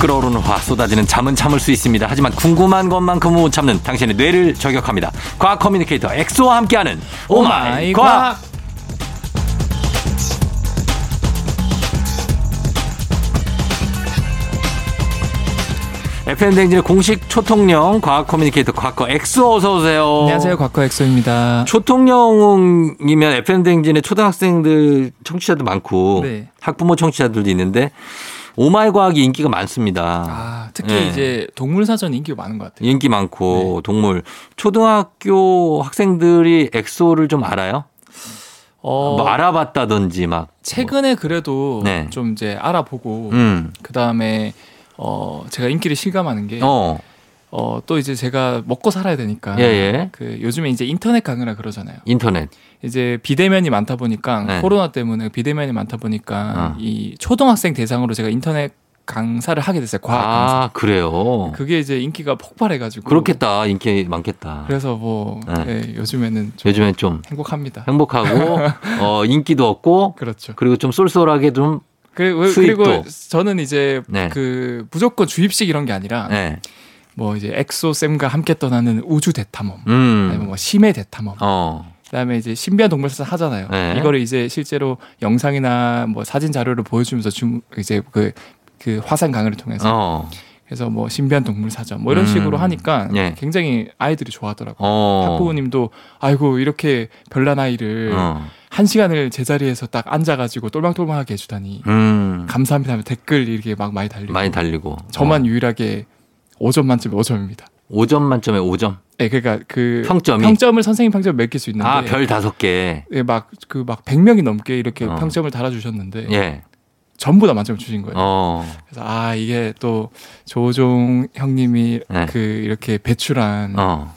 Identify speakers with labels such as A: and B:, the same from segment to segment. A: 끓어오르는 화 쏟아지는 잠은 참을 수 있습니다. 하지만 궁금한 것만큼은 못 참는 당신의 뇌를 저격합니다. 과학 커뮤니케이터 엑소와 함께하는 오마이 과학. FM 댕진의 공식 초통령 과학 커뮤니케이터 과거 엑소 어서 오세요.
B: 안녕하세요, 과거 엑소입니다.
A: 초통령이면 FM 댕진의 초등학생들 청취자도 많고
B: 네.
A: 학부모 청취자들도 있는데 오마이 과학이 인기가 많습니다.
B: 아, 네. 특히
A: 네. 예.
B: 이제 동물 사전 인기가 많은 것 같아요.
A: 인기 많고 동물 초등학교 학생들이 엑소를 좀 알아요?
B: 어,
A: 뭐 알아봤다든지 막.
B: 최근에 그래도
A: 네.
B: 좀 이제 알아보고
A: 음.
B: 그 다음에 어 제가 인기를 실감하는 게 어 또
A: 어.
B: 이제 제가 먹고 살아야 되니까
A: 예, 예.
B: 그 요즘에 이제 인터넷 강의라 그러잖아요.
A: 인터넷.
B: 이제 비대면이 많다 보니까
A: 네.
B: 코로나 때문에 비대면이 많다 보니까
A: 어.
B: 이 초등학생 대상으로 제가 인터넷 강사를 하게 됐어요. 과학 강사.
A: 아, 그래요.
B: 그게 이제 인기가 폭발해가지고
A: 그렇겠다. 인기 많겠다.
B: 그래서 뭐
A: 네.
B: 예, 요즘에는 좀
A: 요즘엔 좀
B: 행복합니다.
A: 행복하고 어, 인기도 얻고
B: 그렇죠.
A: 그리고 좀 쏠쏠하게 좀
B: 그리고,
A: 수입도.
B: 그리고 저는 이제
A: 네.
B: 그 무조건 주입식 이런 게 아니라
A: 네.
B: 뭐 이제 엑소 쌤과 함께 떠나는 우주 대탐험, 아니면
A: 음.
B: 뭐 심해 대탐험,
A: 어.
B: 그다음에 이제 신비한 동물사전 하잖아요.
A: 네.
B: 이거를 이제 실제로 영상이나 뭐 사진 자료를 보여주면서 줌 이제 그, 그 화상 강의를 통해서
A: 어.
B: 그래서 뭐 신비한 동물사전 뭐 이런
A: 음.
B: 식으로 하니까
A: 네.
B: 굉장히 아이들이 좋아하더라고요.
A: 어.
B: 학부모님도 아이고 이렇게 별난 아이를
A: 어.
B: 한 시간을 제자리에서 딱 앉아가지고 똘망똘망하게 해주다니
A: 음.
B: 감사합니다 하면 댓글 이렇게 막 많이 달리고
A: 많이 달리고.
B: 저만
A: 어.
B: 유일하게 5점 만점에 5점입니다.
A: 5점 만점에 5점.
B: 예, 그러니까 그
A: 평점이?
B: 을 선생님 평점 매길 수 있는데
A: 아, 별 다섯 개.
B: 예, 막그 막 100명이 넘게 이렇게
A: 어.
B: 평점을 달아 주셨는데
A: 예.
B: 전부 다 만점 주신 거예요.
A: 어.
B: 그래서 아, 이게 또 조종 형님이
A: 네.
B: 그 이렇게 배출한
A: 어.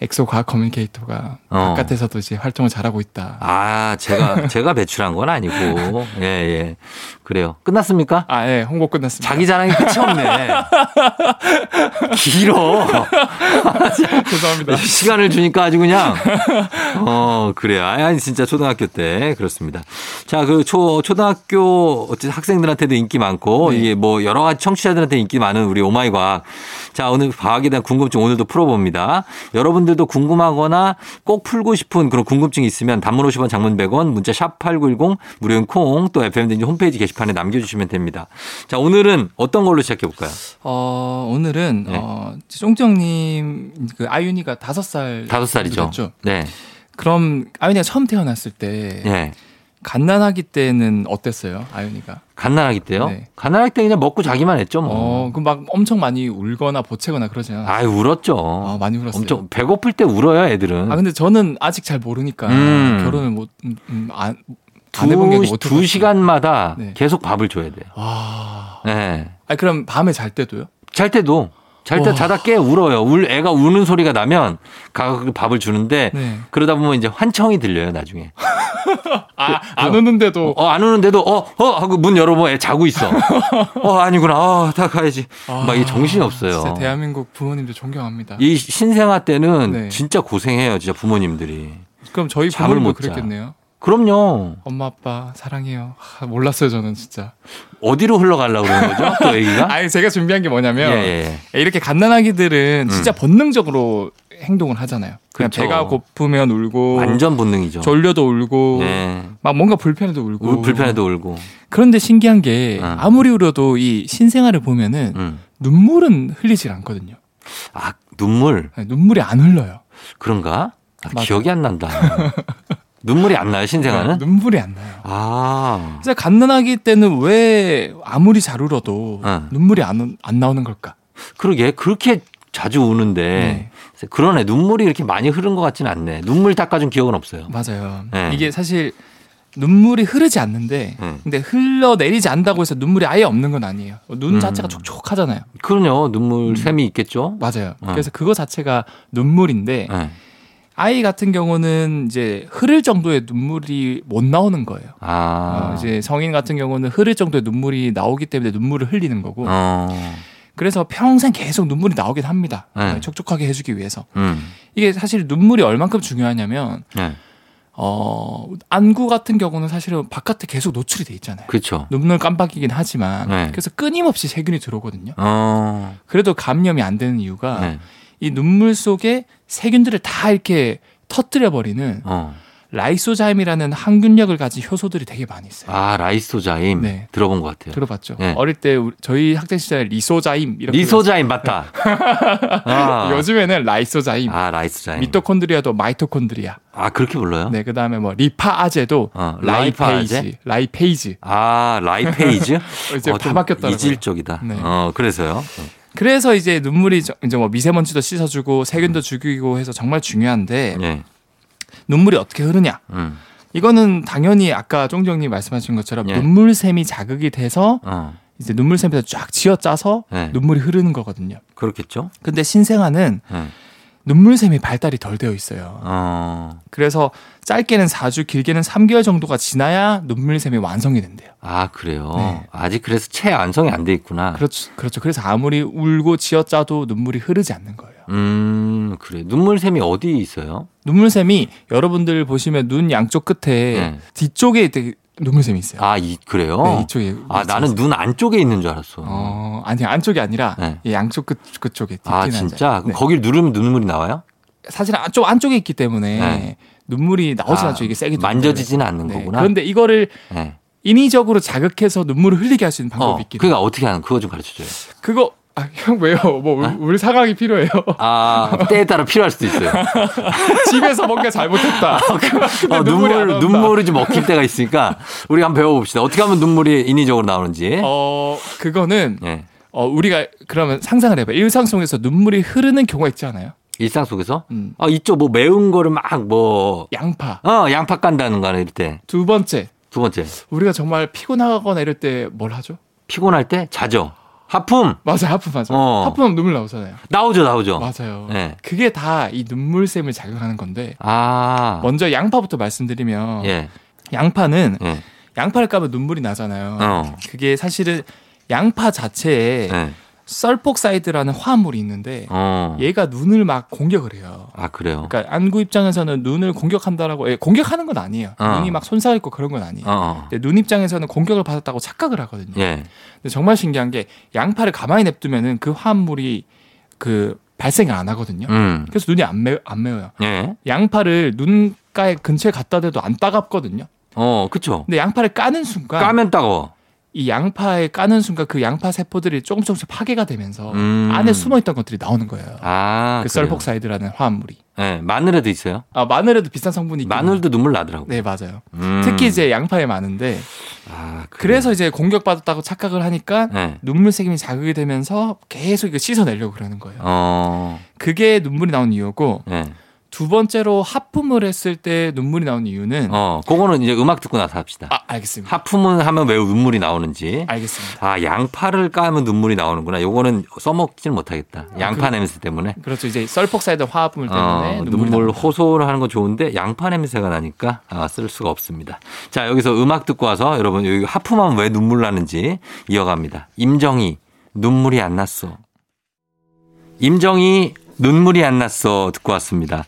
B: 엑소 과학 커뮤니케이터가
A: 어.
B: 바깥에서도 이제 활동을 잘하고 있다.
A: 아, 제가 제가 배출한 건 아니고. 예, 예. 그래요. 끝났습니까?
B: 아, 예, 홍보 끝났습니다.
A: 자기 자랑이 끝이 없네. 길어. 네.
B: 죄송합니다.
A: 시간을 주니까 아주 그냥 어 그래요 아니 진짜 초등학교 때 그렇습니다 자 그 초 초등학교 어쨌든 학생들한테도 인기 많고
B: 네.
A: 이게 뭐 여러 가지 청취자들한테 인기 많은 우리 오마이 과학 자 오늘 과학에 대한 궁금증 오늘도 풀어봅니다 여러분들도 궁금하거나 꼭 풀고 싶은 그런 궁금증이 있으면 단문 50원 장문 100원 문자 샵 #8910 무료인 콩또 FM 등 홈페이지 게시판에 남겨주시면 됩니다 자 오늘은 어떤 걸로 시작해 볼까요
B: 어, 오늘은
A: 네.
B: 어, 쫑정님 그 아윤이가 다섯 살
A: 다섯 살이죠
B: 그렇죠.
A: 네
B: 그럼 아윤이가 처음 태어났을 때
A: 네.
B: 갓난아기 때는 어땠어요, 아윤이가?
A: 갓난아기 때요?
B: 네.
A: 갓난아기 때 그냥 먹고 자기만 했죠 뭐.
B: 어, 그 막 엄청 많이 울거나 보채거나 그러진 않았어요.
A: 아유 울었죠.
B: 아, 많이 울었어요.
A: 엄청 배고플 때 울어요 애들은.
B: 아 근데 저는 아직 잘 모르니까
A: 음.
B: 결혼을 못 음, 음, 안, 안 해본 게
A: 두,
B: 어떡하지?
A: 두 시간마다
B: 네.
A: 계속 밥을 줘야 돼요.
B: 와.
A: 네.
B: 아 그럼 밤에 잘 때도요?
A: 잘 때도 잘 때
B: 와.
A: 자다 깨 울어요. 울 애가 우는 소리가 나면 가서 밥을 주는데
B: 네.
A: 그러다 보면 이제 환청이 들려요 나중에.
B: 그, 아안 오는데도
A: 어 안 우는데도 어 어 하고 문 열어보면 애 자고 있어. 어 아니구나. 어다 가야지. 막 이 정신이 없어요.
B: 아, 진짜 대한민국 부모님들 존경합니다.
A: 이 신생아 때는
B: 네.
A: 진짜 고생해요 진짜 부모님들이.
B: 그럼 저희
A: 잠을
B: 부모님도
A: 못 자.
B: 그랬겠네요.
A: 그럼요.
B: 엄마 아빠 사랑해요. 아, 몰랐어요 저는 진짜.
A: 어디로 흘러가려고 그러는 거죠? 또 얘기가?
B: 아니 제가 준비한 게 뭐냐면
A: 예,
B: 이렇게 갓난아기들은 진짜 본능적으로 행동을 하잖아요. 그냥
A: 음. 그쵸.
B: 배가 고프면 울고
A: 예. 그렇죠. 완전 본능이죠.
B: 뭐 졸려도 울고 뭐.
A: 네.
B: 막 뭔가 불편해도 울고
A: 울- 불편해도 울고.
B: 그런데 신기한 게
A: 응.
B: 아무리 울어도 이 신생아를 보면은
A: 음.
B: 눈물은 흘리질 않거든요.
A: 아, 눈물.
B: 아니, 눈물이 안 흘러요.
A: 그런가? 아,
B: 맞아.
A: 기억이 안 난다. 눈물이 안 나요, 신생아는?
B: 네, 눈물이 안 나요.
A: 아.
B: 진짜 갓난아기 때는 왜 아무리 잘 울어도
A: 응.
B: 눈물이 안, 안 나오는 걸까?
A: 그러게, 그렇게 자주 우는데. 그러네. 눈물이 이렇게 많이 흐른 것 같진 않네. 눈물 닦아준 기억은 없어요.
B: 맞아요.
A: 네.
B: 이게 사실 눈물이 흐르지 않는데
A: 음.
B: 근데 흘러내리지 않는다고 해서 눈물이 아예 없는 건 아니에요. 어, 눈
A: 음.
B: 자체가 촉촉하잖아요.
A: 그럼요.
B: 음.
A: 눈물 샘이 있겠죠?
B: 맞아요.
A: 어.
B: 그래서 그거 자체가 눈물인데
A: 네.
B: 아이 같은 경우는 이제 흐를 정도의 눈물이 못 나오는 거예요.
A: 아.
B: 어, 이제 성인 같은 경우는 흐를 정도의 눈물이 나오기 때문에 눈물을 흘리는 거고
A: 어.
B: 그래서 평생 계속 눈물이 나오긴 합니다.
A: 네.
B: 촉촉하게 해주기 위해서
A: 음.
B: 이게 사실 눈물이 얼만큼 중요하냐면
A: 네.
B: 어, 안구 같은 경우는 사실은 바깥에 계속 노출이 돼 있잖아요.
A: 그렇죠.
B: 눈물 깜빡이긴 하지만
A: 네.
B: 그래서 끊임없이 세균이 들어오거든요.
A: 어.
B: 그래도 감염이 안 되는 이유가
A: 네.
B: 이 눈물 속에 세균들을 다 이렇게 터뜨려 버리는
A: 어.
B: 라이소자임이라는 항균력을 가진 효소들이 되게 많이 있어요.
A: 아 라이소자임
B: 네.
A: 들어본 것 같아요.
B: 들어봤죠?
A: 네.
B: 어릴 때 우리- 저희 학생 시절에 리소자임 이렇게
A: 리소자임 맞다. 아,
B: 불렀어요. 요즘에는 라이소자임,
A: 아 라이소자임.
B: 미토콘드리아도 마이토콘드리아.
A: 아 그렇게 불러요?
B: 네, 그다음에 뭐 리파아제도
A: 어, 라이파아제?
B: 라이페이지, 라이페이지.
A: 아 라이페이즈.
B: 이제
A: 어,
B: 다
A: 좀
B: 바뀌었다.
A: 이질적이다.
B: 네.
A: 어 그래서요.
B: 그래서 이제 눈물이 저- 이제 뭐 미세먼지도 씻어주고
A: 음.
B: 세균도 죽이고 해서 정말 중요한데
A: 예.
B: 눈물이 어떻게 흐르냐?
A: 음.
B: 이거는 당연히 아까 쫑정님 말씀하신 것처럼
A: 예.
B: 눈물샘이 자극이 돼서
A: 어.
B: 이제 눈물샘에서 쫙 지어짜서
A: 예.
B: 눈물이 흐르는 거거든요.
A: 그렇겠죠.
B: 근데 신생아는
A: 예.
B: 눈물샘이 발달이 덜 되어 있어요.
A: 어.
B: 그래서 짧게는 4주, 길게는 3개월 정도가 지나야 눈물샘이 완성이 된대요.
A: 아 그래요.
B: 네.
A: 아직 그래서 채 완성이 안 돼 있구나.
B: 그렇죠. 그렇죠. 그래서 아무리 울고 지어짜도 눈물이 흐르지 않는 거예요.
A: 음 그래. 눈물샘이 어디 있어요?
B: 눈물샘이 여러분들 보시면 눈 양쪽 끝에
A: 네.
B: 뒤쪽에 되게 눈물샘이 있어요.
A: 아 이 그래요?
B: 네, 이쪽에.
A: 아 나는 눈 안쪽에 있는 줄 알았어.
B: 어, 아니 안쪽이 아니라
A: 네.
B: 이 양쪽 끝 그쪽에
A: 아
B: 뒷긴 한
A: 진짜?
B: 네.
A: 그럼 거길 누르면 눈물이 나와요?
B: 사실 안- 아, 좀 안쪽에 있기 때문에
A: 네.
B: 눈물이 나오진
A: 아,
B: 않죠. 이게 세게
A: 만져지지는 않는
B: 네.
A: 거구나.
B: 그런데 이거를
A: 네.
B: 인위적으로 자극해서 눈물을 흘리게 할 수 있는
A: 어,
B: 방법이 있긴 해요.
A: 그러니까 어떻게 하는 그거 좀 가르쳐줘요.
B: 그거 아, 형 왜요? 뭐
A: 어?
B: 울 상황이 필요해요.
A: 아 때에 따라 필요할 수도 있어요.
B: 집에서 뭔가 잘못했다. 근데
A: 어,
B: 눈물이 안
A: 눈물
B: 나온다.
A: 눈물이 좀 먹힐 때가 있으니까 우리 한번 배워봅시다. 어떻게 하면 눈물이 인위적으로 나오는지.
B: 어 그거는
A: 예.
B: 어, 우리가 그러면 상상을 해봐. 요 일상 속에서 눈물이 흐르는 경우가 있지 않아요?
A: 일상 속에서
B: 음.
A: 아 있죠 뭐 매운 거를 막뭐
B: 양파.
A: 어, 양파 깐다는 거 하나 이럴 때.
B: 두 번째,
A: 두 번째.
B: 우리가 정말 피곤하거나 이럴 때 뭘 하죠?
A: 피곤할 때 자죠. 하품
B: 맞아요, 하품 맞아요.
A: 어.
B: 하품하면 눈물 나오잖아요.
A: 나오죠, 나오죠.
B: 맞아요.
A: 네.
B: 그게 다 이 눈물샘을 자극하는 건데
A: 아.
B: 먼저 양파부터 말씀드리면
A: 예.
B: 양파는
A: 예.
B: 양파를 까면 눈물이 나잖아요.
A: 어.
B: 그게 사실은 양파 자체에
A: 예.
B: 썰폭사이드라는 화합물이 있는데
A: 어.
B: 얘가 눈을 막 공격을 해요.
A: 아, 그래요.
B: 그러니까 안구 입장에서는 눈을 공격한다라고 예, 공격하는 건 아니에요.
A: 어.
B: 눈이 막 손상 있고 그런 건 아니에요.
A: 어, 어.
B: 근데 눈 입장에서는 공격을 받았다고 착각을 하거든요.
A: 예.
B: 근데 정말 신기한 게 양파를 가만히 냅두면은 그 화합물이 그 발생을 안 하거든요.
A: 음.
B: 그래서 눈이 안, 매, 안 매워요.
A: 예.
B: 양파를 눈가에 근처에 갖다 대도 안 따갑거든요.
A: 어, 그쵸.
B: 근데 양파를 까는 순간
A: 까면 따가워.
B: 이 양파에 까는 순간 그 양파 세포들이 조금 조금씩 파괴가 되면서
A: 음.
B: 안에 숨어 있던 것들이 나오는 거예요.
A: 아.
B: 그
A: 그래요.
B: 썰폭사이드라는 화합물이.
A: 예. 마늘에도 있어요.
B: 아 마늘에도 비싼 성분이 있긴 해요.
A: 마늘도 눈물 나더라고.
B: 네 맞아요.
A: 음.
B: 특히 이제 양파에 많은데
A: 아, 그래요.
B: 그래서 이제 공격받았다고 착각을 하니까
A: 예.
B: 눈물 세균이 자극이 되면서 계속 이거 씻어내려고 그러는 거예요.
A: 어.
B: 그게 눈물이 나온 이유고
A: 예.
B: 두 번째로 하품을 했을 때 눈물이 나온 이유는
A: 어, 그거는 이제 음악 듣고 나서 합시다.
B: 아 알겠습니다.
A: 하품은 하면 왜 눈물이 나오는지.
B: 알겠습니다.
A: 아, 양파를 까면 눈물이 나오는구나. 요거는 써먹지는 못하겠다.
B: 아,
A: 양파 냄새 때문에.
B: 그렇죠. 이제 썰폭사이드 화합물 때문에
A: 어,
B: 눈물이
A: 눈물
B: 납니다.
A: 호소를 하는 건 좋은데 양파 냄새가 나니까 아, 쓸 수가 없습니다. 자 여기서 음악 듣고 와서 여러분 여기 하품하면 왜 눈물 나는지 이어갑니다. 임정희 눈물이 안 났어. 임정희 눈물이 안 났어 듣고 왔습니다.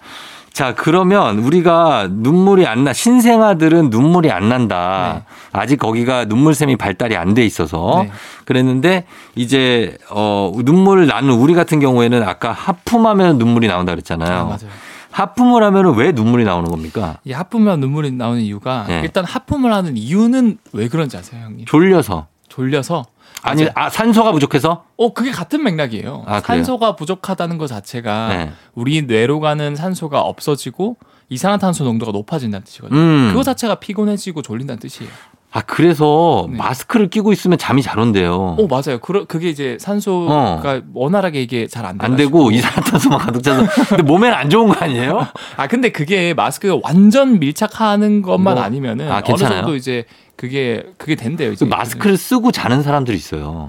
A: 자 그러면 우리가 눈물이 안 나 신생아들은 눈물이 안 난다. 아직 거기가 눈물샘이 발달이 안 돼 있어서
B: 네.
A: 그랬는데 이제 어 눈물 나는 우리 같은 경우에는 아까 하품하면 눈물이 나온다 그랬잖아요.
B: 아, 맞아요.
A: 하품을 하면 왜 눈물이 나오는 겁니까?
B: 이 하품만 눈물이 나오는 이유가
A: 네.
B: 일단 하품을 하는 이유는 왜 그런지 아세요, 형님?
A: 졸려서
B: 졸려서
A: 아니
B: 맞아요.
A: 아, 산소가 부족해서
B: 어 그게 같은 맥락이에요.
A: 아, 그래요?
B: 산소가 부족하다는 것 자체가
A: 네.
B: 우리 뇌로 가는 산소가 없어지고 이산화탄소 농도가 높아진다는 뜻이거든요.
A: 음.
B: 그거 자체가 피곤해지고 졸린다는 뜻이에요.
A: 아 그래서
B: 네.
A: 마스크를 끼고 있으면 잠이 잘 온대요.
B: 어 맞아요. 그러, 그게 이제 산소가 원활하게 이게 잘 안
A: 어. 안 되고 이산화탄소만 가득 차서 근데 몸에는 안 좋은 거 아니에요?
B: 아 근데 그게 마스크가 완전 밀착하는 것만
A: 뭐,
B: 아니면은
A: 아,
B: 어느
A: 괜찮아요?
B: 정도 이제 그게 그게 된대요.
A: 그
B: 이제
A: 마스크를 쓰고 자는 사람들이 있어요.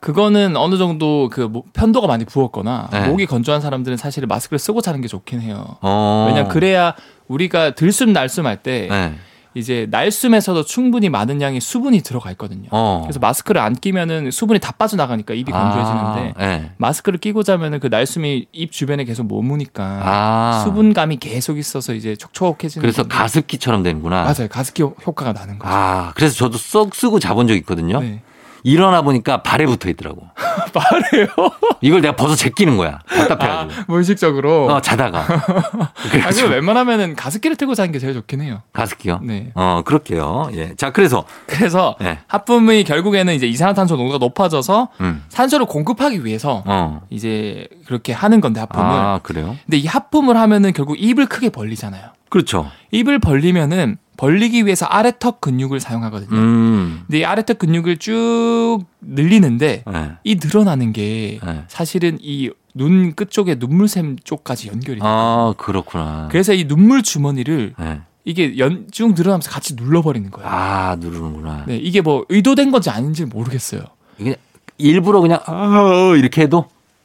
B: 그거는 어느 정도 그 뭐- 편도가 많이 부었거나
A: 네.
B: 목이 건조한 사람들은 사실 마스크를 쓰고 자는 게 좋긴 해요.
A: 어.
B: 왜냐 그래야 우리가 들숨 날숨 할때
A: 네.
B: 이제 날숨에서도 충분히 많은 양의 수분이 들어가 있거든요.
A: 어.
B: 그래서 마스크를 안 끼면은 수분이 다 빠져나가니까 입이 건조해지는데
A: 아, 네.
B: 마스크를 끼고 자면은 그 날숨이 입 주변에 계속 머무니까
A: 아.
B: 수분감이 계속 있어서 이제 촉촉해지는
A: 그래서
B: 건데.
A: 가습기처럼 되는구나.
B: 맞아요 가습기 효- 효과가 나는 거죠.
A: 아, 그래서 저도 쏙 쓰고 자본 적 있거든요.
B: 네.
A: 일어나 보니까 발에 붙어 있더라고.
B: 말해요.
A: 이걸 내가 벗어 제끼는 거야. 답답해가지고.
B: 무의식적으로.
A: 어, 자다가.
B: 아,
A: 아, 그래서
B: 그 웬만하면은 가습기를 틀고 자는 게 제일 좋긴 해요.
A: 가습기요.
B: 네.
A: 어, 그럴게요. 예. 자, 그래서.
B: 그래서
A: 네.
B: 하품이 결국에는 이제 이산화탄소 농도가 높아져서
A: 음.
B: 산소를 공급하기 위해서
A: 어.
B: 이제 그렇게 하는 건데 하품을.
A: 아, 그래요?
B: 근데 이 하품을 하면은 결국 입을 크게 벌리잖아요.
A: 그렇죠.
B: 입을 벌리면은 벌리기 위해서 아래턱 근육을 사용하거든요.
A: 음.
B: 근데 이 아래턱 근육을 쭉 늘리는데
A: 네.
B: 이 늘어나는 게
A: 네.
B: 사실은 이 눈 끝쪽에 눈물샘 쪽까지 연결이 돼요.
A: 아, 그렇구나.
B: 그래서 이 눈물 주머니를
A: 네.
B: 이게 연, 쭉 늘어나면서 같이 눌러버리는 거예요.
A: 아, 누르는구나.
B: 네, 이게 뭐 의도된 건지 아닌지 모르겠어요.
A: 이게 일부러 그냥,
B: 어,
A: 아, 이렇게 해도?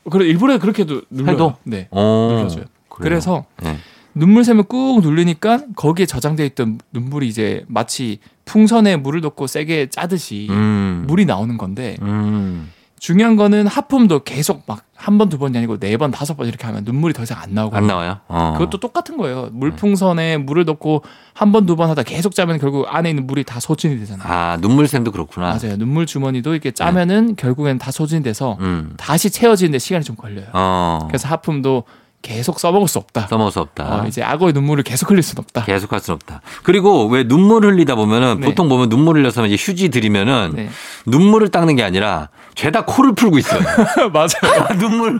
B: 그래 일부러 그렇게도 눌러요.
A: 해도?
B: 네,
A: 어.
B: 눌러줘요. 그래서
A: 네.
B: 눈물샘을 꾹 눌리니까 거기에 저장돼 있던 눈물이 이제 마치 풍선에 물을 넣고 세게 짜듯이
A: 음.
B: 물이 나오는 건데
A: 음.
B: 중요한 거는 하품도 계속 막 한 번 두 번이 아니고 네 번 다섯 번 이렇게 하면 눈물이 더 이상 안 나오고
A: 안 나와요? 네. 어.
B: 그것도 똑같은 거예요. 물풍선에 물을 넣고 한 번 두 번 하다 계속 짜면 결국 안에 있는 물이 다 소진이 되잖아요.
A: 아, 눈물샘도 그렇구나.
B: 맞아요. 눈물 주머니도 이렇게 짜면은 결국엔 다 소진돼서
A: 음.
B: 다시 채워지는데 시간이 좀 걸려요.
A: 어.
B: 그래서 하품도 계속 써먹을 수 없다.
A: 써먹을 수 없다.
B: 어, 이제 악어의 눈물을 계속 흘릴 수는 없다.
A: 아. 계속 할 수는 없다. 그리고 왜 눈물 흘리다 보면은
B: 네.
A: 보통 보면 눈물 흘려서 이제 휴지 들이면은
B: 네.
A: 눈물을 닦는 게 아니라 죄다 코를 풀고 있어요.
B: 맞아요.
A: 눈물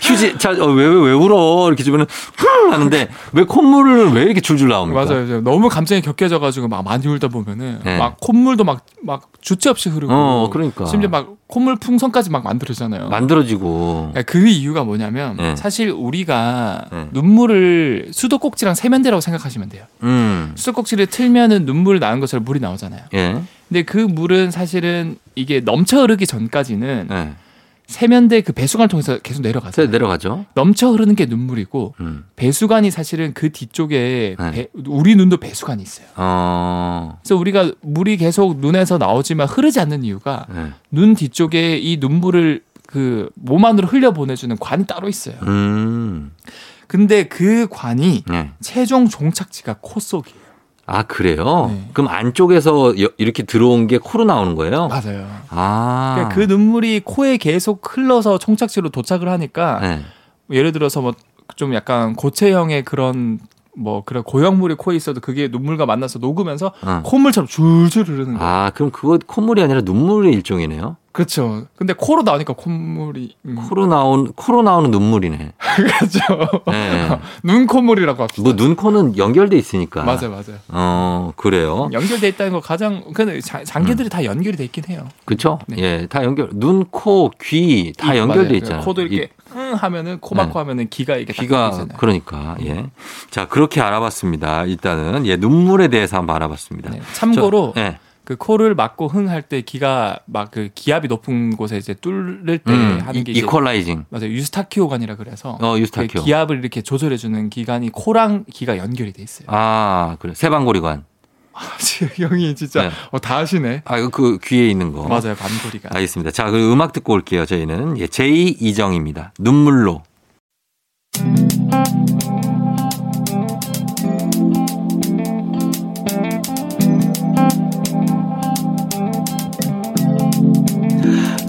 A: 휴지 자왜왜 왜 울어 이렇게 주면은 흠 하는데 왜 콧물을 왜 이렇게 줄줄 나옵니까?
B: 맞아요. 이제 너무 감정이 격해져가지고 막 많이 울다 보면은
A: 네.
B: 막 콧물도 막, 막 주체 없이 흐르고.
A: 어, 그러니까.
B: 심지어 막 콧물 풍선까지 막 만들어지잖아요.
A: 만들어지고
B: 그러니까 그 이유가 뭐냐면
A: 네.
B: 사실 우리가
A: 네.
B: 눈물을 수도꼭지랑 세면대라고 생각하시면 돼요.
A: 음.
B: 수도꼭지를 틀면은 눈물 나는 것처럼 물이 나오잖아요.
A: 예.
B: 근데 그 물은 사실은 이게 넘쳐 흐르기 전까지는
A: 예.
B: 세면대 그 배수관을 통해서 계속 내려가죠.
A: 자, 내려가죠.
B: 넘쳐 흐르는 게 눈물이고
A: 음.
B: 배수관이 사실은 그 뒤쪽에
A: 네.
B: 배- 우리 눈도 배수관이 있어요.
A: 어.
B: 그래서 우리가 물이 계속 눈에서 나오지만 흐르지 않는 이유가
A: 예.
B: 눈 뒤쪽에 이 눈물을 그 몸 안으로 흘려 보내주는 관이 따로 있어요.
A: 음.
B: 근데 그 관이
A: 예.
B: 최종 종착지가 코 속이에요.
A: 아 그래요?
B: 네.
A: 그럼 안쪽에서 여- 이렇게 들어온 게 코로 나오는 거예요?
B: 맞아요.
A: 아.
B: 그러니까 그 눈물이 코에 계속 흘러서 종착지로 도착을 하니까
A: 예.
B: 예를 들어서 뭐 좀 약간 고체형의 그런 뭐 그런 고형물이 코에 있어도 그게 눈물과 만나서 녹으면서
A: 어.
B: 콧물처럼 줄줄 흐르는 거예요.
A: 아, 그럼 그거 콧물이 아니라 눈물의 일종이네요.
B: 그렇죠. 근데 코로 나오니까 콧물이 음,
A: 코로 나온 코로 나오는 눈물이네.
B: 그렇죠.
A: 예.
B: 눈 콧물이라고 합시다.
A: 뭐 눈, 코는 연결돼 있으니까.
B: 맞아요, 네. 맞아요.
A: 어, 음. 그래요.
B: 연결돼 있다는 거 가장 근데 자- 장기들이 다 연결이 돼 있긴 해요.
A: 그렇죠?
B: 네.
A: 예, 다 연결. 눈, 코, 귀 다
B: 입,
A: 연결돼
B: 맞아요.
A: 있잖아요. 네.
B: 코도
A: 입,
B: 이렇게 응 하면은 코막코 하면은 귀가 이렇게 딱
A: 귀가
B: 보이잖아요.
A: 그러니까. 예. 자, 그렇게 알아봤습니다. 일단은 예, 눈물에 대해서 한번 알아봤습니다.
B: 네, 참고로
A: 저- 예.
B: 그 코를 막고 흥 할 때 기가 막 그 기압이 높은 곳에 이제 뚫릴 때
A: 음,
B: 네, 하는 게
A: 이,
B: 이제
A: 퀄라이징
B: 맞아요. 유스타키오관이라 그래서
A: 어, 유스타키오.
B: 그 기압을 이렇게 조절해 주는 기관이 코랑 귀가 연결이 돼 있어요.
A: 아, 그래. 세방고리관.
B: 아, 지금 형이 진짜
A: 네.
B: 어, 다 하시네.
A: 아, 이거 그 귀에 있는 거.
B: 맞아요. 반고리가.
A: 알겠습니다. 자, 그 음악 듣고 올게요. 저희는 예, 제이 이정입니다. 눈물로.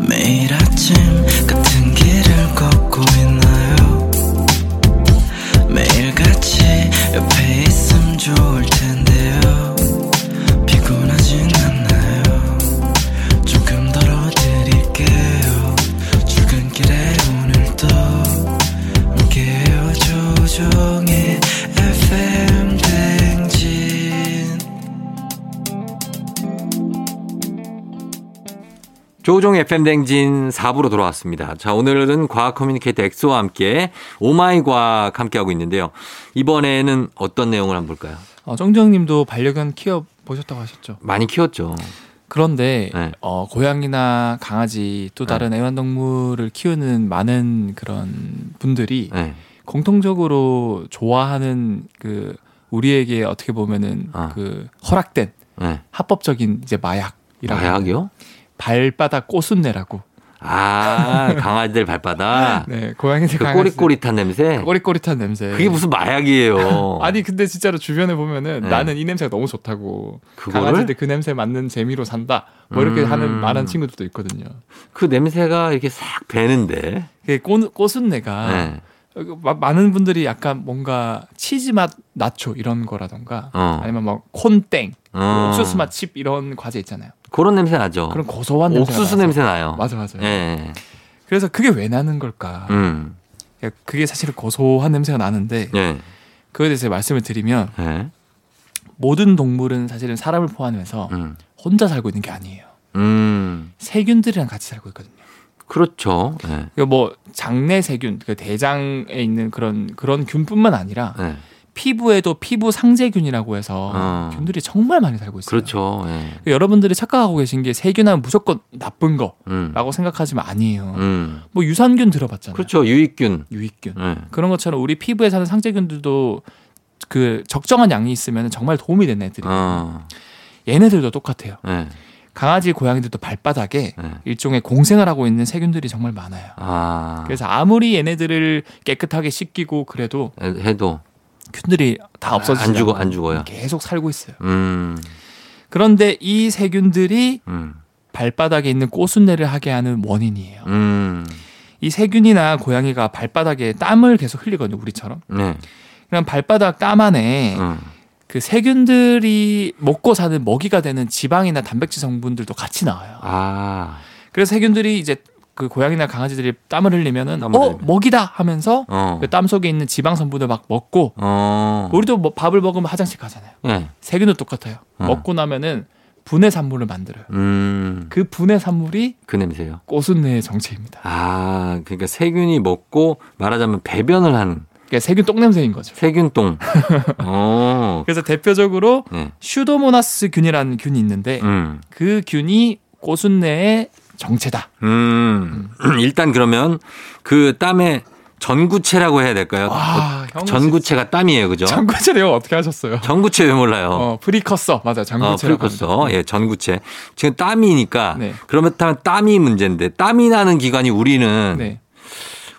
C: 매일 아침 같은 길을 걷고 있나요 매일 같이 옆에 있음 좋을 텐데요 피곤하진 않나요 조금 덜어드릴게요 출근길에 오늘도 함께해요 조종의 FM 댕진
A: 조종 FM 댕진 4부로 돌아왔습니다. 자, 오늘은 과학 커뮤니케이터 엑소와 함께 오마이 과학 함께하고 있는데요. 이번에는 어떤 내용을 한번 볼까요?
B: 어, 정정님도 반려견 키워 보셨다고 하셨죠.
A: 많이 키웠죠.
B: 그런데
A: 네.
B: 어, 고양이나 강아지 또 다른 애완동물을 키우는 많은 그런 분들이
A: 네.
B: 공통적으로 좋아하는 그 우리에게 어떻게 보면은
A: 아.
B: 그 허락된
A: 네.
B: 합법적인 이제 마약이라고
A: 마약이요?
B: 발바닥 꼬순내라고
A: 아, 강아지들 발바닥.
B: 네 고양이들
A: 그
B: 강아지들
A: 꼬릿꼬릿한 냄새.
B: 꼬릿꼬릿한 냄새
A: 그게 무슨 마약이에요.
B: 아니 근데 진짜로 주변에 보면은
A: 어. 네.
B: 나는 이 냄새가 너무 좋다고
A: 그거를?
B: 강아지들 그 냄새 맡는 재미로 산다 뭐 이렇게
A: 음.
B: 하는 말하는 친구들도 있거든요
A: 그 냄새가 이렇게 싹 배는데.
B: 그게 꼬, 꼬순내가
A: 네.
B: 어, 마- 많은 분들이 약간 뭔가 치즈 맛 나초 이런 거라던가
A: 어.
B: 아니면 막 콘땡
A: 어.
B: 옥수수 맛 칩 이런 과제 있잖아요
A: 그런 냄새 나죠.
B: 그런 고소한 냄새
A: 옥수수 냄새 나요.
B: 맞아 맞아 요
A: 예.
B: 그래서 그게 왜 나는 걸까
A: 어. 음.
B: 그러니까 그게 사실 고소한 냄새가 나는데
A: 예.
B: 그거에 대해서 말씀을 드리면
A: 예.
B: 모든 동물은 사실은 사람을 포함해서
A: 음.
B: 혼자 살고 있는 게 아니에요
A: 음.
B: 세균들이랑 같이 살고 있거든요.
A: 그렇죠. 예.
B: 그러니까 뭐 장내 세균, 그 대장에 있는 그런 그런 균뿐만 아니라
A: 예.
B: 피부에도 피부 상재균이라고 해서
A: 어.
B: 균들이 정말 많이 살고 있어요.
A: 그렇죠. 예.
B: 그러니까 여러분들이 착각하고 계신 게 세균하면 무조건 나쁜 거라고
A: 음.
B: 생각하지만 아니에요.
A: 음.
B: 뭐 유산균 들어봤잖아요.
A: 그렇죠. 유익균.
B: 유익균.
A: 예.
B: 그런 것처럼 우리 피부에 사는 상재균들도 그 적정한 양이 있으면 정말 도움이 되는 애들이. 요
A: 어.
B: 얘네들도 똑같아요.
A: 예.
B: 강아지, 고양이들도 발바닥에
A: 예.
B: 일종의 공생을 하고 있는 세균들이 정말 많아요.
A: 아.
B: 그래서 아무리 얘네들을 깨끗하게 씻기고 그래도
A: 해- 해도
B: 균들이 다 없어지지
A: 아, 안 죽어
B: 않고
A: 안 죽어요.
B: 계속 살고 있어요.
A: 음.
B: 그런데 이 세균들이
A: 음.
B: 발바닥에 있는 꼬순내를 하게 하는 원인이에요.
A: 음.
B: 이 세균이나 고양이가 발바닥에 땀을 계속 흘리거든요, 우리처럼.
A: 네.
B: 그럼 발바닥 땀 안에
A: 음.
B: 그 세균들이 먹고 사는 먹이가 되는 지방이나 단백질 성분들도 같이 나와요.
A: 아.
B: 그래서 세균들이 이제 그 고양이나 강아지들이 땀을 흘리면은
A: 땀을
B: 어
A: 흘리면.
B: 먹이다 하면서
A: 어.
B: 그 땀 속에 있는 지방 성분을 막 먹고
A: 어.
B: 우리도 뭐 밥을 먹으면 화장실 가잖아요.
A: 예.
B: 세균도 똑같아요.
A: 어.
B: 먹고 나면은 분해 산물을 만들어요.
A: 음.
B: 그 분해 산물이
A: 그 냄새요.
B: 꼬순내의 정체입니다.
A: 아, 그러니까 세균이 먹고 말하자면 배변을 하는
B: 그러니까 세균 똥냄새인 거죠.
A: 세균똥. 어.
B: 그래서 대표적으로
A: 네.
B: 슈도모나스 균이라는 균이 있는데
A: 음.
B: 그 균이 꼬순내의 정체다.
A: 음. 일단 그러면 그 땀의 전구체라고 해야 될까요?
B: 와,
A: 그 전구체가 땀이에요, 그죠?
B: 아, 전구체 내용 어떻게 하셨어요?
A: 전구체 왜 몰라요?
B: 어, 프리커서 맞아.
A: 어,
B: 전구체라고
A: 프리코서.
B: 합니다.
A: 예, 전구체. 지금 땀이니까.
B: 네.
A: 그렇다면 땀이 문제인데, 땀이 나는 기관이 우리는,
B: 네.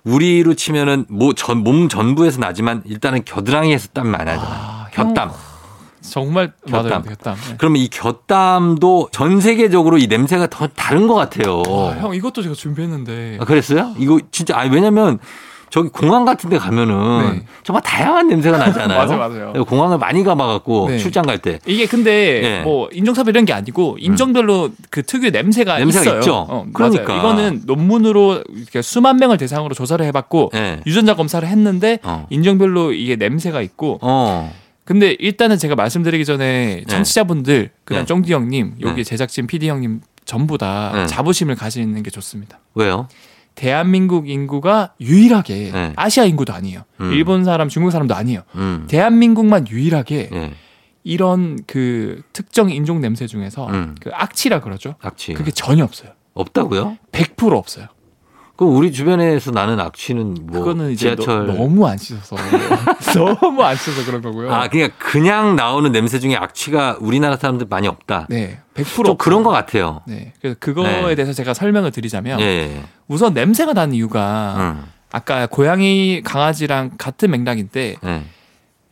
A: 우리로 치면은, 뭐, 전, 몸 전부에서 나지만, 일단은 겨드랑이에서 땀이 많이 나잖아요.
B: 아, 형,
A: 곁땀.
B: 정말 맞아요.
A: 곁땀.
B: 곁땀. 네.
A: 그러면 이 곁땀도 전 세계적으로 이 냄새가 더 다른 것 같아요.
B: 와, 형 이것도 제가 준비했는데
A: 아, 그랬어요? 이거 진짜, 아니, 왜냐면, 저기 공항 같은 데 가면은
B: 네.
A: 정말 다양한 냄새가 나잖아요.
B: 맞아요, 맞아요.
A: 공항을 많이 가봐갖고
B: 네.
A: 출장 갈 때.
B: 이게 근데
A: 예.
B: 뭐 인종차별 이런 게 아니고 인종별로 그 특유의 냄새가,
A: 음. 냄새가
B: 있어요.
A: 있죠.
B: 어,
A: 그러니까.
B: 맞아요. 이거는 논문으로 이렇게 수만 명을 대상으로 조사를 해봤고
A: 예.
B: 유전자 검사를 했는데
A: 어.
B: 인종별로 이게 냄새가 있고
A: 어.
B: 근데 일단은 제가 말씀드리기 전에 청취자분들 그다음
A: 네.
B: 쫑디 형님 여기
A: 네.
B: 제작진 PD 형님 전부 다
A: 네.
B: 자부심을 가지는 게 좋습니다.
A: 왜요?
B: 대한민국 인구가 유일하게
A: 네.
B: 아시아 인구도 아니에요.
A: 음.
B: 일본 사람, 중국 사람도 아니에요.
A: 음.
B: 대한민국만 유일하게
A: 예.
B: 이런 그 특정 인종 냄새 중에서
A: 음. 예.
B: 그 악취라 그러죠.
A: 악취.
B: 그게 전혀 없어요.
A: 없다고요?
B: 100% 없어요.
A: 그럼 우리 주변에서 나는 악취는 뭐
B: 그거는 이제
A: 지하철
B: 너, 무안 씻어서 너무 안 씻어서 그런 거고요.
A: 아 그냥 그냥 나오는 냄새 중에 악취가 우리나라 사람들 많이 없다.
B: 네, 100%
A: 좀
B: 없어요.
A: 그런 것 같아요.
B: 네, 그래서 그거에
A: 네.
B: 대해서 제가 설명을 드리자면
A: 예. 예.
B: 우선 냄새가 나는 이유가
A: 음.
B: 아까 고양이 강아지랑 같은 맥락인데
A: 예.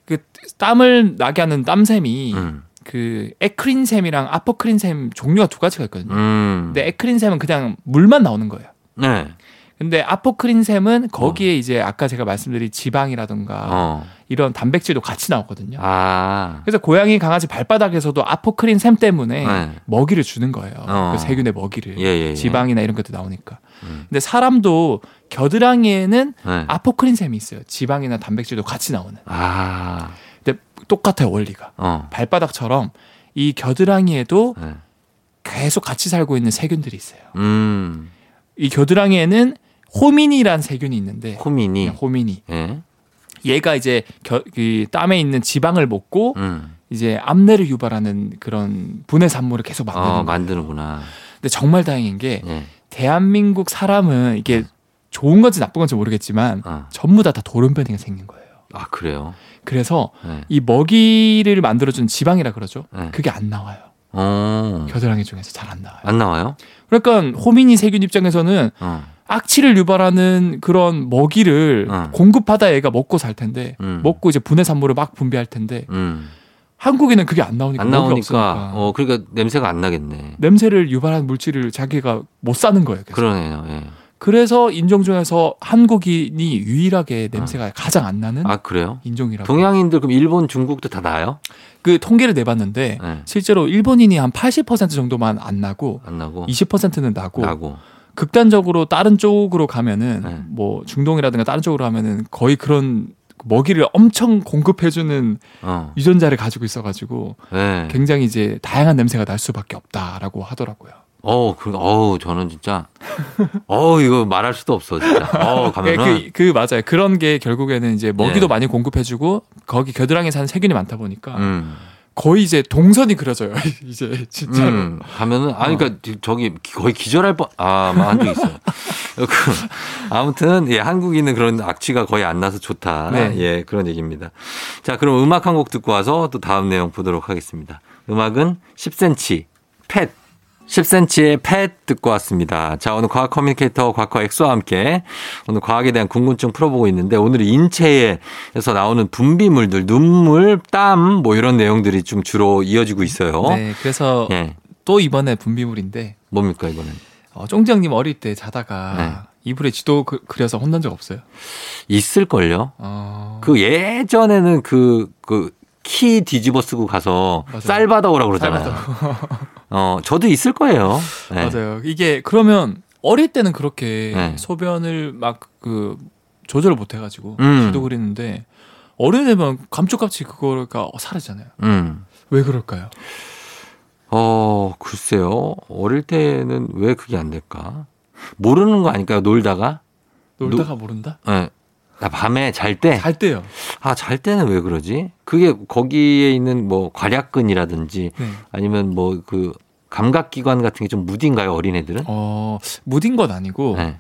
B: 그 땀을 나게 하는 땀샘이
A: 음.
B: 그 에크린샘이랑 아퍼크린샘 종류가 두 가지가 있거든요.
A: 음.
B: 근데 에크린샘은 그냥 물만 나오는 거예요.
A: 네.
B: 근데 아포크린샘은 거기에 이제 아까 제가 말씀드린 지방이라든가
A: 어.
B: 이런 단백질도 같이 나오거든요.
A: 아.
B: 그래서 고양이 강아지 발바닥에서도 아포크린샘 때문에
A: 네.
B: 먹이를 주는 거예요.
A: 어.
B: 그 세균의 먹이를
A: 예, 예, 예.
B: 지방이나 이런 것도 나오니까.
A: 음.
B: 근데 사람도 겨드랑이에는
A: 네.
B: 아포크린샘이 있어요. 지방이나 단백질도 같이 나오는.
A: 아.
B: 근데 똑같아요 원리가.
A: 어.
B: 발바닥처럼 이 겨드랑이에도
A: 네.
B: 계속 같이 살고 있는 세균들이 있어요.
A: 음.
B: 이 겨드랑이에는 호민이란 세균이 있는데
A: 호민이.
B: 그냥 호민이
A: 예.
B: 얘가 이제 겨, 그 땀에 있는 지방을 먹고
A: 음.
B: 이제 암내를 유발하는 그런 분해 산물을 계속 만드는
A: 어,
B: 거예요.
A: 만드는구나.
B: 근데 정말 다행인 게
A: 예.
B: 대한민국 사람은 이게 좋은 건지 나쁜 건지 모르겠지만
A: 어.
B: 전부 다 다 돌연변이가 생긴 거예요.
A: 아 그래요.
B: 그래서
A: 네.
B: 이 먹이를 만들어준 지방이라 그러죠.
A: 네.
B: 그게 안 나와요.
A: 어.
B: 겨드랑이 중에서 잘 안 나와요.
A: 안 나와요?
B: 그러니까 호민이 세균 입장에서는
A: 어.
B: 악취를 유발하는 그런 먹이를
A: 어.
B: 공급하다 애가 먹고 살 텐데
A: 음.
B: 먹고 이제 분해 산물을 막 분비할 텐데
A: 음.
B: 한국에는 그게 안 나오니까
A: 안
B: 먹이가
A: 나오니까
B: 없으니까.
A: 어 그러니까 냄새가 안 나겠네.
B: 냄새를 유발한 물질을 자기가 못 사는 거예요. 계속.
A: 그러네요. 예.
B: 그래서 인종 중에서 한국인이 유일하게 냄새가 가장 안 나는
A: 아 그래요?
B: 인종이라고.
A: 동양인들 그럼 일본, 중국도 다 나요?
B: 그 통계를 내봤는데
A: 예.
B: 실제로 일본인이 한 80% 정도만 안 나고
A: 안 나고
B: 20%는 나고
A: 어. 나고.
B: 극단적으로 다른 쪽으로 가면은
A: 네.
B: 뭐 중동이라든가 다른 쪽으로 가면은 거의 그런 먹이를 엄청 공급해주는
A: 어.
B: 유전자를 가지고 있어가지고
A: 예.
B: 굉장히 이제 다양한 냄새가 날 수밖에 없다라고 하더라고요.
A: 어, 그, 어우, 저는 진짜, 어우, 이거 말할 수도 없어, 진짜. 어우, 가면은.
B: 그, 그 맞아요. 그런 게 결국에는 이제 먹이도
A: 네.
B: 많이 공급해주고 거기 겨드랑이 사는 세균이 많다 보니까
A: 음,
B: 거의 이제 동선이 그려져요. 이제 진짜로.
A: 음, 가면은, 아니,
B: 어.
A: 그니까, 저기, 거의 기절할 뻔, 아, 한 적 있어요. 그, 아무튼, 예, 한국인은 그런 악취가 거의 안 나서 좋다.
B: 네.
A: 예, 그런 얘기입니다. 자, 그럼 음악 한 곡 듣고 와서 또 다음 내용 보도록 하겠습니다. 음악은 10cm, 팻. 10cm의 팻 듣고 왔습니다. 자, 오늘 과학 커뮤니케이터 과커 엑소와 함께 오늘 과학에 대한 궁금증 풀어보고 있는데 오늘 인체에서 나오는 분비물들, 눈물, 땀 뭐 이런 내용들이 좀 주로 이어지고 있어요.
B: 네, 그래서
A: 예.
B: 또 이번에 분비물인데
A: 뭡니까 이거는?
B: 어, 쫑장님 어릴 때 자다가
A: 네.
B: 이불에 지도 그, 그려서 혼난 적 없어요?
A: 있을 걸요.
B: 어...
A: 그 예전에는 그 그 키 뒤집어 쓰고 가서
B: 맞아요.
A: 쌀 받아오라고 그러잖아요. 어, 저도 있을 거예요. 네.
B: 맞아요. 이게 그러면 어릴 때는 그렇게
A: 네.
B: 소변을 막 그 조절을 못 해가지고
A: 음.
B: 지도 그리는데 어른이 되면 감쪽같이 그거가 사라지잖아요.
A: 음.
B: 왜 그럴까요?
A: 어, 글쎄요. 어릴 때는 왜 그게 안 될까? 모르는 거 아닐까요? 놀다가?
B: 놀다가 모른다?
A: 예. 나 밤에 잘 때,
B: 잘 때요.
A: 아, 잘 때는 왜 그러지? 그게 거기에 있는 뭐 괄약근이라든지
B: 네.
A: 아니면 뭐 그 감각기관 같은 게 좀 무딘가요, 어린애들은?
B: 어 무딘 건 아니고
A: 네.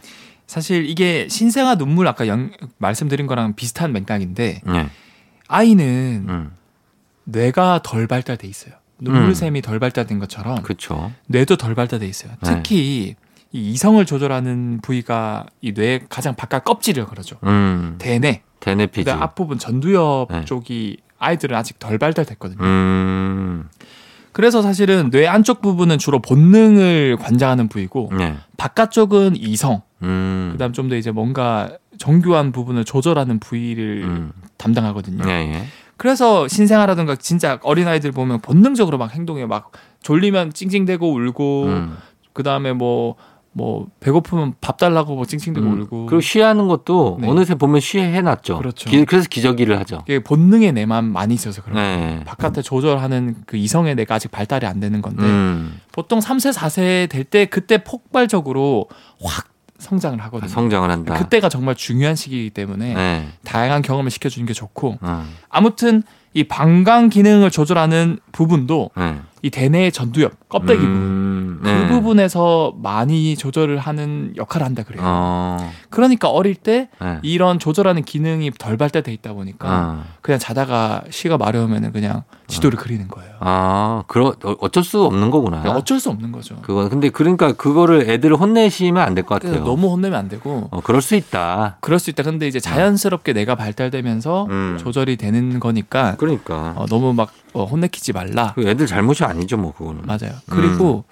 B: 사실 이게 신생아 눈물 아까 연- 말씀드린 거랑 비슷한 맥락인데
A: 네.
B: 아이는
A: 음.
B: 뇌가 덜 발달돼 있어요. 눈물샘이 덜 발달된 것처럼
A: 음. 그렇죠.
B: 뇌도 덜 발달돼 있어요.
A: 네.
B: 특히 이 이성을 조절하는 부위가 이 뇌의 가장 바깥 껍질이라 그러죠.
A: 음.
B: 대뇌.
A: 대뇌피지.
B: 근데 앞부분 전두엽
A: 네.
B: 쪽이 아이들은 아직 덜 발달됐거든요.
A: 음.
B: 그래서 사실은 뇌 안쪽 부분은 주로 본능을 관장하는 부위고
A: 네.
B: 바깥쪽은 이성,
A: 음.
B: 그다음 좀 더 이제 뭔가 정교한 부분을 조절하는 부위를
A: 음.
B: 담당하거든요.
A: 예, 예.
B: 그래서 신생아라든가 진짜 어린아이들 보면 본능적으로 막 행동해 막 졸리면 찡찡대고 울고
A: 음.
B: 그다음에 뭐 뭐 배고프면 밥 달라고 뭐 찡찡대고
A: 음.
B: 울고
A: 그리고 쉬하는 것도
B: 네.
A: 어느새 보면 쉬해놨죠.
B: 그렇죠.
A: 기- 그래서 기저귀를 하죠.
B: 이게 본능의 내만 많이 있어서 그런 거예요.
A: 네.
B: 바깥에 조절하는 그 이성의 내가 아직 발달이 안 되는 건데
A: 음,
B: 보통 3세 4세 될 때 그때 폭발적으로 확 성장을 하거든요.
A: 아, 성장을 한다.
B: 그때가 정말 중요한 시기이기 때문에
A: 네.
B: 다양한 경험을 시켜주는 게 좋고
A: 어,
B: 아무튼 이 방광 기능을 조절하는 부분도
A: 네.
B: 이 대뇌의 전두엽 껍데기 부분
A: 음,
B: 그
A: 네.
B: 부분에서 많이 조절을 하는 역할을 한다 그래요.
A: 어,
B: 그러니까 어릴 때
A: 네.
B: 이런 조절하는 기능이 덜 발달돼 있다 보니까
A: 어.
B: 그냥 자다가 시가 마려우면은 그냥 지도를 그리는 거예요.
A: 아, 그러 어, 어쩔 수 없는 거구나.
B: 그러니까 어쩔 수 없는 거죠.
A: 그건 근데 그러니까 그거를 애들 혼내시면 안 될 것
B: 그래서
A: 같아요.
B: 네, 너무 혼내면 안 되고
A: 어, 그럴 수 있다.
B: 그럴 수 있다. 근데 이제 자연스럽게 내가 발달되면서
A: 음.
B: 조절이 되는 거니까
A: 그러니까
B: 어, 너무 막 어, 혼내키지 말라.
A: 그 애들 잘못이 아니죠, 뭐 그거는.
B: 맞아요. 그리고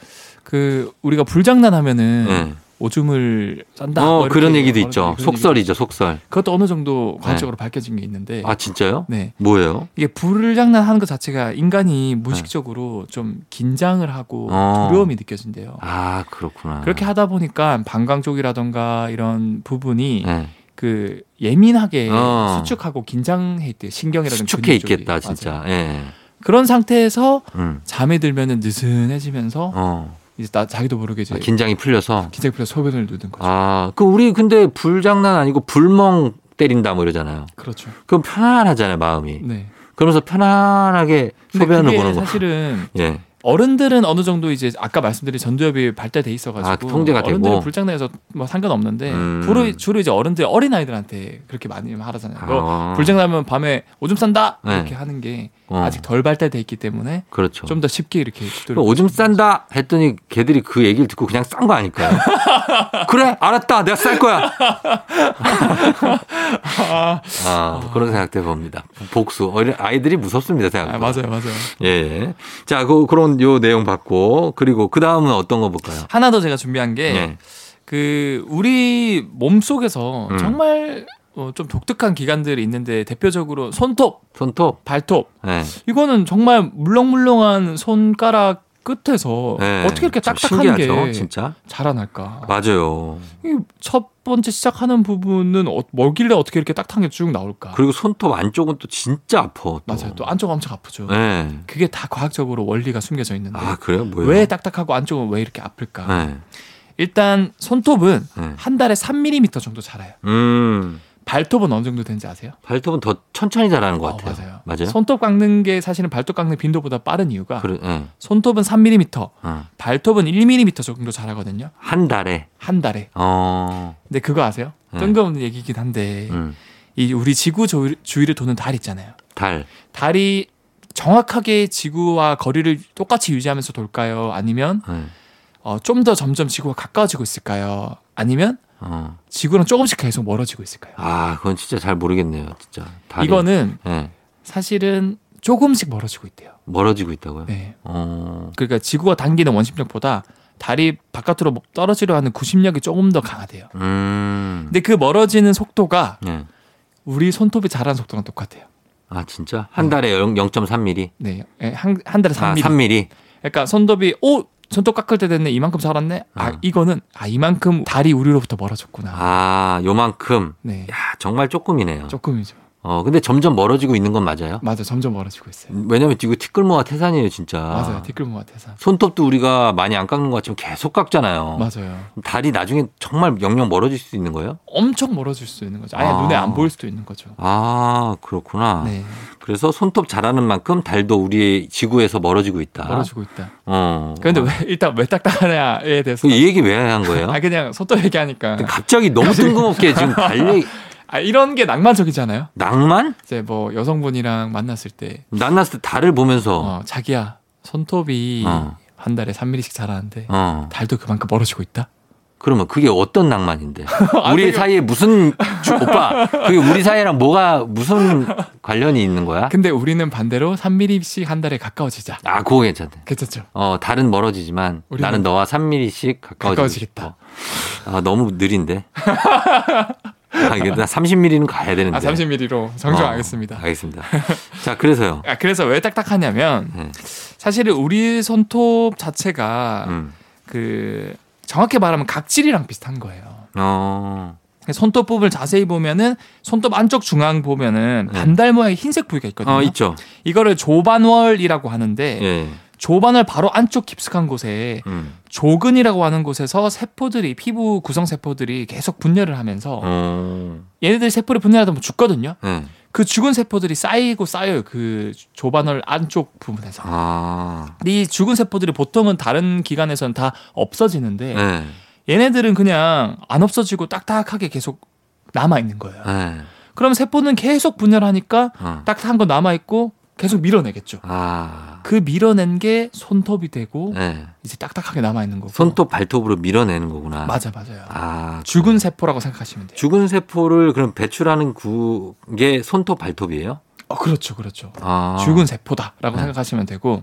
B: 그 우리가 불장난하면은
A: 네.
B: 오줌을 싼다.
A: 어,
B: 뭐 이렇게
A: 그런 얘기도
B: 하는
A: 있죠.
B: 그런 얘기도
A: 속설이죠, 속설.
B: 그것도 어느 정도 과학적으로 밝혀진 게 있는데
A: 아, 진짜요?
B: 네
A: 뭐예요?
B: 이게 불장난하는 것 자체가 인간이 무의식적으로 좀 긴장을 하고
A: 네. 어.
B: 두려움이 느껴진대요.
A: 아, 그렇구나.
B: 그렇게 하다 보니까 방광 쪽이라던가 이런 부분이
A: 네.
B: 그 예민하게
A: 어.
B: 수축하고 긴장해 있대요. 신경이라든가
A: 수축해
B: 근육 쪽이.
A: 있겠다, 진짜.
B: 맞아요.
A: 예.
B: 그런 상태에서
A: 음.
B: 잠에 들면은 느슨해지면서
A: 어.
B: 이제 나 자기도 모르게 이제 그렇죠.
A: 아, 긴장이 풀려서
B: 긴장 풀려 소변을 누는 거죠.
A: 아, 그 우리 근데 불장난 아니고 불멍 때린다 뭐 이러잖아요.
B: 그렇죠.
A: 그럼 편안하잖아요, 마음이.
B: 네.
A: 그러면서 편안하게
B: 근데
A: 소변을
B: 그게
A: 보는 거.
B: 사실은
A: 예.
B: 어른들은 어느 정도 이제 아까 말씀드린 전두엽이 발달돼 있어가지고
A: 아, 통제가 되고.
B: 어른들은 불장난에서 뭐 상관없는데
A: 음.
B: 주로, 주로 이제 어른들 어린 아이들한테 그렇게 많이 하라잖아요. 너
A: 아.
B: 불장난하면 밤에 오줌 싼다
A: 네.
B: 이렇게 하는 게
A: 어.
B: 아직 덜 발달돼 있기 때문에
A: 그렇죠.
B: 좀 더 쉽게 이렇게
A: 그럼 오줌 싼다 했더니 걔들이 그 얘기를 듣고 그냥 싼 거 아닐까요? 그래 알았다 내가 쌀 거야. 아, 그런 생각도 해봅니다. 복수 어린 아이들이 무섭습니다
B: 아,
A: 생각.
B: 맞아요, 맞아요.
A: 예, 예. 자, 그, 그런 요 내용 받고 그리고 그 다음은 어떤 거 볼까요?
B: 하나 더 제가 준비한 게
A: 예.
B: 그 우리 몸 속에서
A: 음.
B: 정말 어, 좀 독특한 기관들이 있는데 대표적으로 손톱,
A: 손톱.
B: 발톱
A: 예.
B: 이거는 정말 물렁물렁한 손가락 끝에서
A: 예.
B: 어떻게 이렇게
A: 참
B: 딱딱한
A: 신기하죠,
B: 게
A: 진짜.
B: 자라날까?
A: 맞아요.
B: 이첫 번째 시작하는 부분은 어, 뭐길래 어떻게 이렇게 딱딱한 게 쭉 나올까?
A: 그리고 손톱 안쪽은 또 진짜 아파. 또.
B: 맞아요. 또 안쪽 엄청 아프죠.
A: 예.
B: 그게 다 과학적으로 원리가 숨겨져 있는데
A: 아 그래요? 뭐예요?
B: 왜 딱딱하고 안쪽은 왜 이렇게 아플까?
A: 예.
B: 일단 손톱은
A: 예.
B: 한 달에 3mm 정도 자라요.
A: 음.
B: 발톱은 어느 정도 되는지 아세요?
A: 발톱은 더 천천히 자라는 것
B: 어,
A: 같아요.
B: 맞아요.
A: 맞아요.
B: 손톱 깎는 게 사실은 발톱 깎는 빈도보다 빠른 이유가
A: 그래, 예.
B: 손톱은 3mm,
A: 어.
B: 발톱은 1mm 정도 자라거든요.
A: 한 달에.
B: 한 달에.
A: 어.
B: 근데 그거 아세요?
A: 네.
B: 뜬금없는 얘기긴 한데
A: 음.
B: 이 우리 지구 조- 주위를 도는 달 있잖아요.
A: 달.
B: 달이 정확하게 지구와 거리를 똑같이 유지하면서 돌까요? 아니면 어,
A: 예.
B: 좀 더 점점 지구와 가까워지고 있을까요? 아니면
A: 어.
B: 지구랑 조금씩 계속 멀어지고 있을까요?
A: 아, 그건 진짜 잘 모르겠네요. 진짜. 달이.
B: 이거는
A: 예.
B: 사실은 조금씩 멀어지고 있대요.
A: 멀어지고 있다고요.
B: 네.
A: 어.
B: 그러니까 지구가 당기는 원심력보다 달이 바깥으로 뭐 떨어지려 하는 구심력이 조금 더 강하대요.
A: 음.
B: 근데 그 멀어지는 속도가
A: 예.
B: 우리 손톱이 자라는 속도랑 똑같아요.
A: 아, 진짜? 한 달에 0, 0.3mm?
B: 네, 예, 한, 한 달에 3mm.
A: 아, 3mm.
B: 그러니까 손톱이 오 손톱 깎을 때 됐네 이만큼 자랐네. 아
A: 어.
B: 이거는 아 이만큼 달이 우리로부터 멀어졌구나.
A: 아, 요만큼.
B: 네,
A: 야, 정말 조금이네요.
B: 조금이죠.
A: 어, 근데 점점 멀어지고 있는 건 맞아요?
B: 맞아, 점점 멀어지고 있어요.
A: 왜냐면 지금 티끌모아 태산이에요, 진짜.
B: 맞아요, 티끌모아 태산.
A: 손톱도 우리가 많이 안 깎는 것 같지만 계속 깎잖아요.
B: 맞아요.
A: 달이 나중에 정말 영영 멀어질 수 있는 거예요?
B: 엄청 멀어질 수도 있는 거죠. 아예
A: 아.
B: 눈에 안 보일 수도 있는 거죠.
A: 아, 그렇구나.
B: 네,
A: 그래서 손톱 자라는 만큼 달도 우리의 지구에서 멀어지고 있다.
B: 멀어지고 있다.
A: 어.
B: 그런데 왜 일단 왜 딱딱하냐에 대해서
A: 그이 얘기 왜 한 거예요?
B: 아 그냥 손톱 얘기하니까
A: 갑자기 너무 뜬금없게 지금 달 얘기,
B: 아 이런 게 낭만적이잖아요.
A: 낭만?
B: 이제 뭐 여성분이랑 만났을 때
A: 만났을 때 달을 보면서,
B: 어, 자기야 손톱이
A: 어.
B: 한 달에 3mm씩 자라는데
A: 어.
B: 달도 그만큼 멀어지고 있다.
A: 그러면 그게 어떤 낭만인데?
B: 아,
A: 우리
B: 되게-
A: 사이에 무슨 주- 오빠? 그게 우리 사이랑 뭐가 무슨 관련이 있는 거야?
B: 근데 우리는 반대로 3mm씩 한 달에 가까워지자.
A: 아, 그거 괜찮대.
B: 괜찮죠?
A: 어, 달은 멀어지지만
B: 우리는-
A: 나는 너와 3mm씩 가까워지고
B: 가까워지겠다.
A: 싶어. 아, 너무 느린데. 아, 이게 나 30mm는 가야 되는데.
B: 아 30mm로
A: 어,
B: 정정하겠습니다.
A: 알겠습니다. 자, 그래서요.
B: 아 그래서 왜 딱딱하냐면
A: 음.
B: 사실은 우리 손톱 자체가
A: 음.
B: 그 정확히 말하면 각질이랑 비슷한 거예요.
A: 어.
B: 손톱 부분을 자세히 보면은 손톱 안쪽 중앙 보면은
A: 네.
B: 반달 모양의 흰색 부위가 있거든요.
A: 어, 있죠.
B: 이거를 조반월이라고 하는데
A: 예.
B: 조반월 바로 안쪽 깊숙한 곳에
A: 음.
B: 조근이라고 하는 곳에서 세포들이 피부 구성 세포들이 계속 분열을 하면서
A: 어.
B: 얘네들 이 세포를 분열하다 보면 죽거든요.
A: 예.
B: 그 죽은 세포들이 쌓이고 쌓여요. 그 조반월 안쪽 부분에서.
A: 아.
B: 근데 이 죽은 세포들이 보통은 다른 기관에서는 다 없어지는데
A: 예. 예.
B: 얘네들은 그냥 안 없어지고 딱딱하게 계속 남아 있는 거예요.
A: 네.
B: 그럼 세포는 계속 분열하니까
A: 어.
B: 딱딱한 거 남아 있고 계속 밀어내겠죠.
A: 아.
B: 그 밀어낸 게 손톱이 되고
A: 예.
B: 이제 딱딱하게 남아 있는 거고.
A: 손톱 발톱으로 밀어내는 거구나.
B: 뭐. 맞아 맞아요.
A: 아.
B: 죽은 세포라고 생각하시면 돼요.
A: 죽은 세포를 그럼 배출하는 그게 손톱 발톱이에요?
B: 어, 그렇죠 그렇죠.
A: 아.
B: 죽은 세포다라고
A: 네.
B: 생각하시면 되고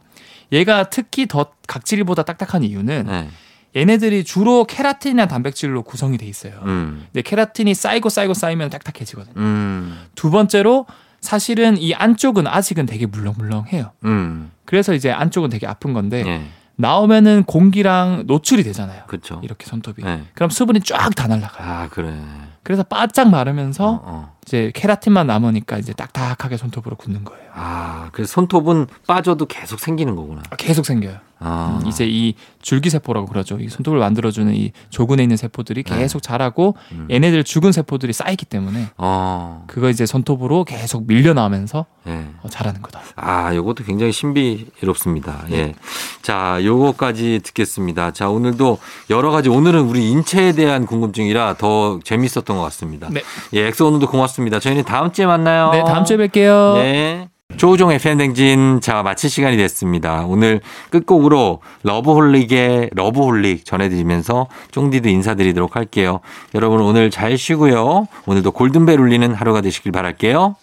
B: 얘가 특히 더 각질보다 딱딱한 이유는
A: 예.
B: 얘네들이 주로 케라틴이나 단백질로 구성이 돼 있어요.
A: 음.
B: 근데 케라틴이 쌓이고 쌓이고 쌓이면 딱딱해지거든요.
A: 음.
B: 두 번째로 사실은 이 안쪽은 아직은 되게 물렁물렁해요.
A: 음.
B: 그래서 이제 안쪽은 되게 아픈 건데
A: 예.
B: 나오면은 공기랑 노출이 되잖아요.
A: 그렇죠.
B: 이렇게 손톱이.
A: 예.
B: 그럼 수분이 쫙 다 날라가요.
A: 아, 그래.
B: 그래서 바짝 마르면서
A: 어.
B: 이제 케라틴만 남으니까 이제 딱딱하게 손톱으로 굳는 거예요.
A: 아, 그래서 손톱은 빠져도 그 계속 생기는 거구나.
B: 계속 생겨요.
A: 아.
B: 음, 이제 이 줄기세포라고 그러죠. 이 손톱을 만들어주는 이 조근에 있는 세포들이
A: 네.
B: 계속 자라고
A: 음.
B: 얘네들 죽은 세포들이 쌓이기 때문에
A: 어.
B: 그거 이제 손톱으로 계속 밀려나면서
A: 예.
B: 어, 자라는 거다.
A: 아, 요것도 굉장히 신비롭습니다.
B: 네.
A: 예. 자, 요거까지 듣겠습니다. 자, 오늘도 여러 가지 오늘은 우리 인체에 대한 궁금증이라 더 재밌었던 것 같습니다.
B: 네.
A: 예, 엑소 오늘도 고맙습니다. 저희는 다음 주에 만나요.
B: 네, 다음 주에 뵐게요.
A: 어. 네. 조우종 FM 댕진 자 마칠 시간이 됐습니다. 오늘 끝곡으로 러브홀릭의 러브홀릭 전해드리면서 쫑디도 인사드리도록 할게요. 여러분 오늘 잘 쉬고요. 오늘도 골든벨 울리는 하루가 되시길 바랄게요.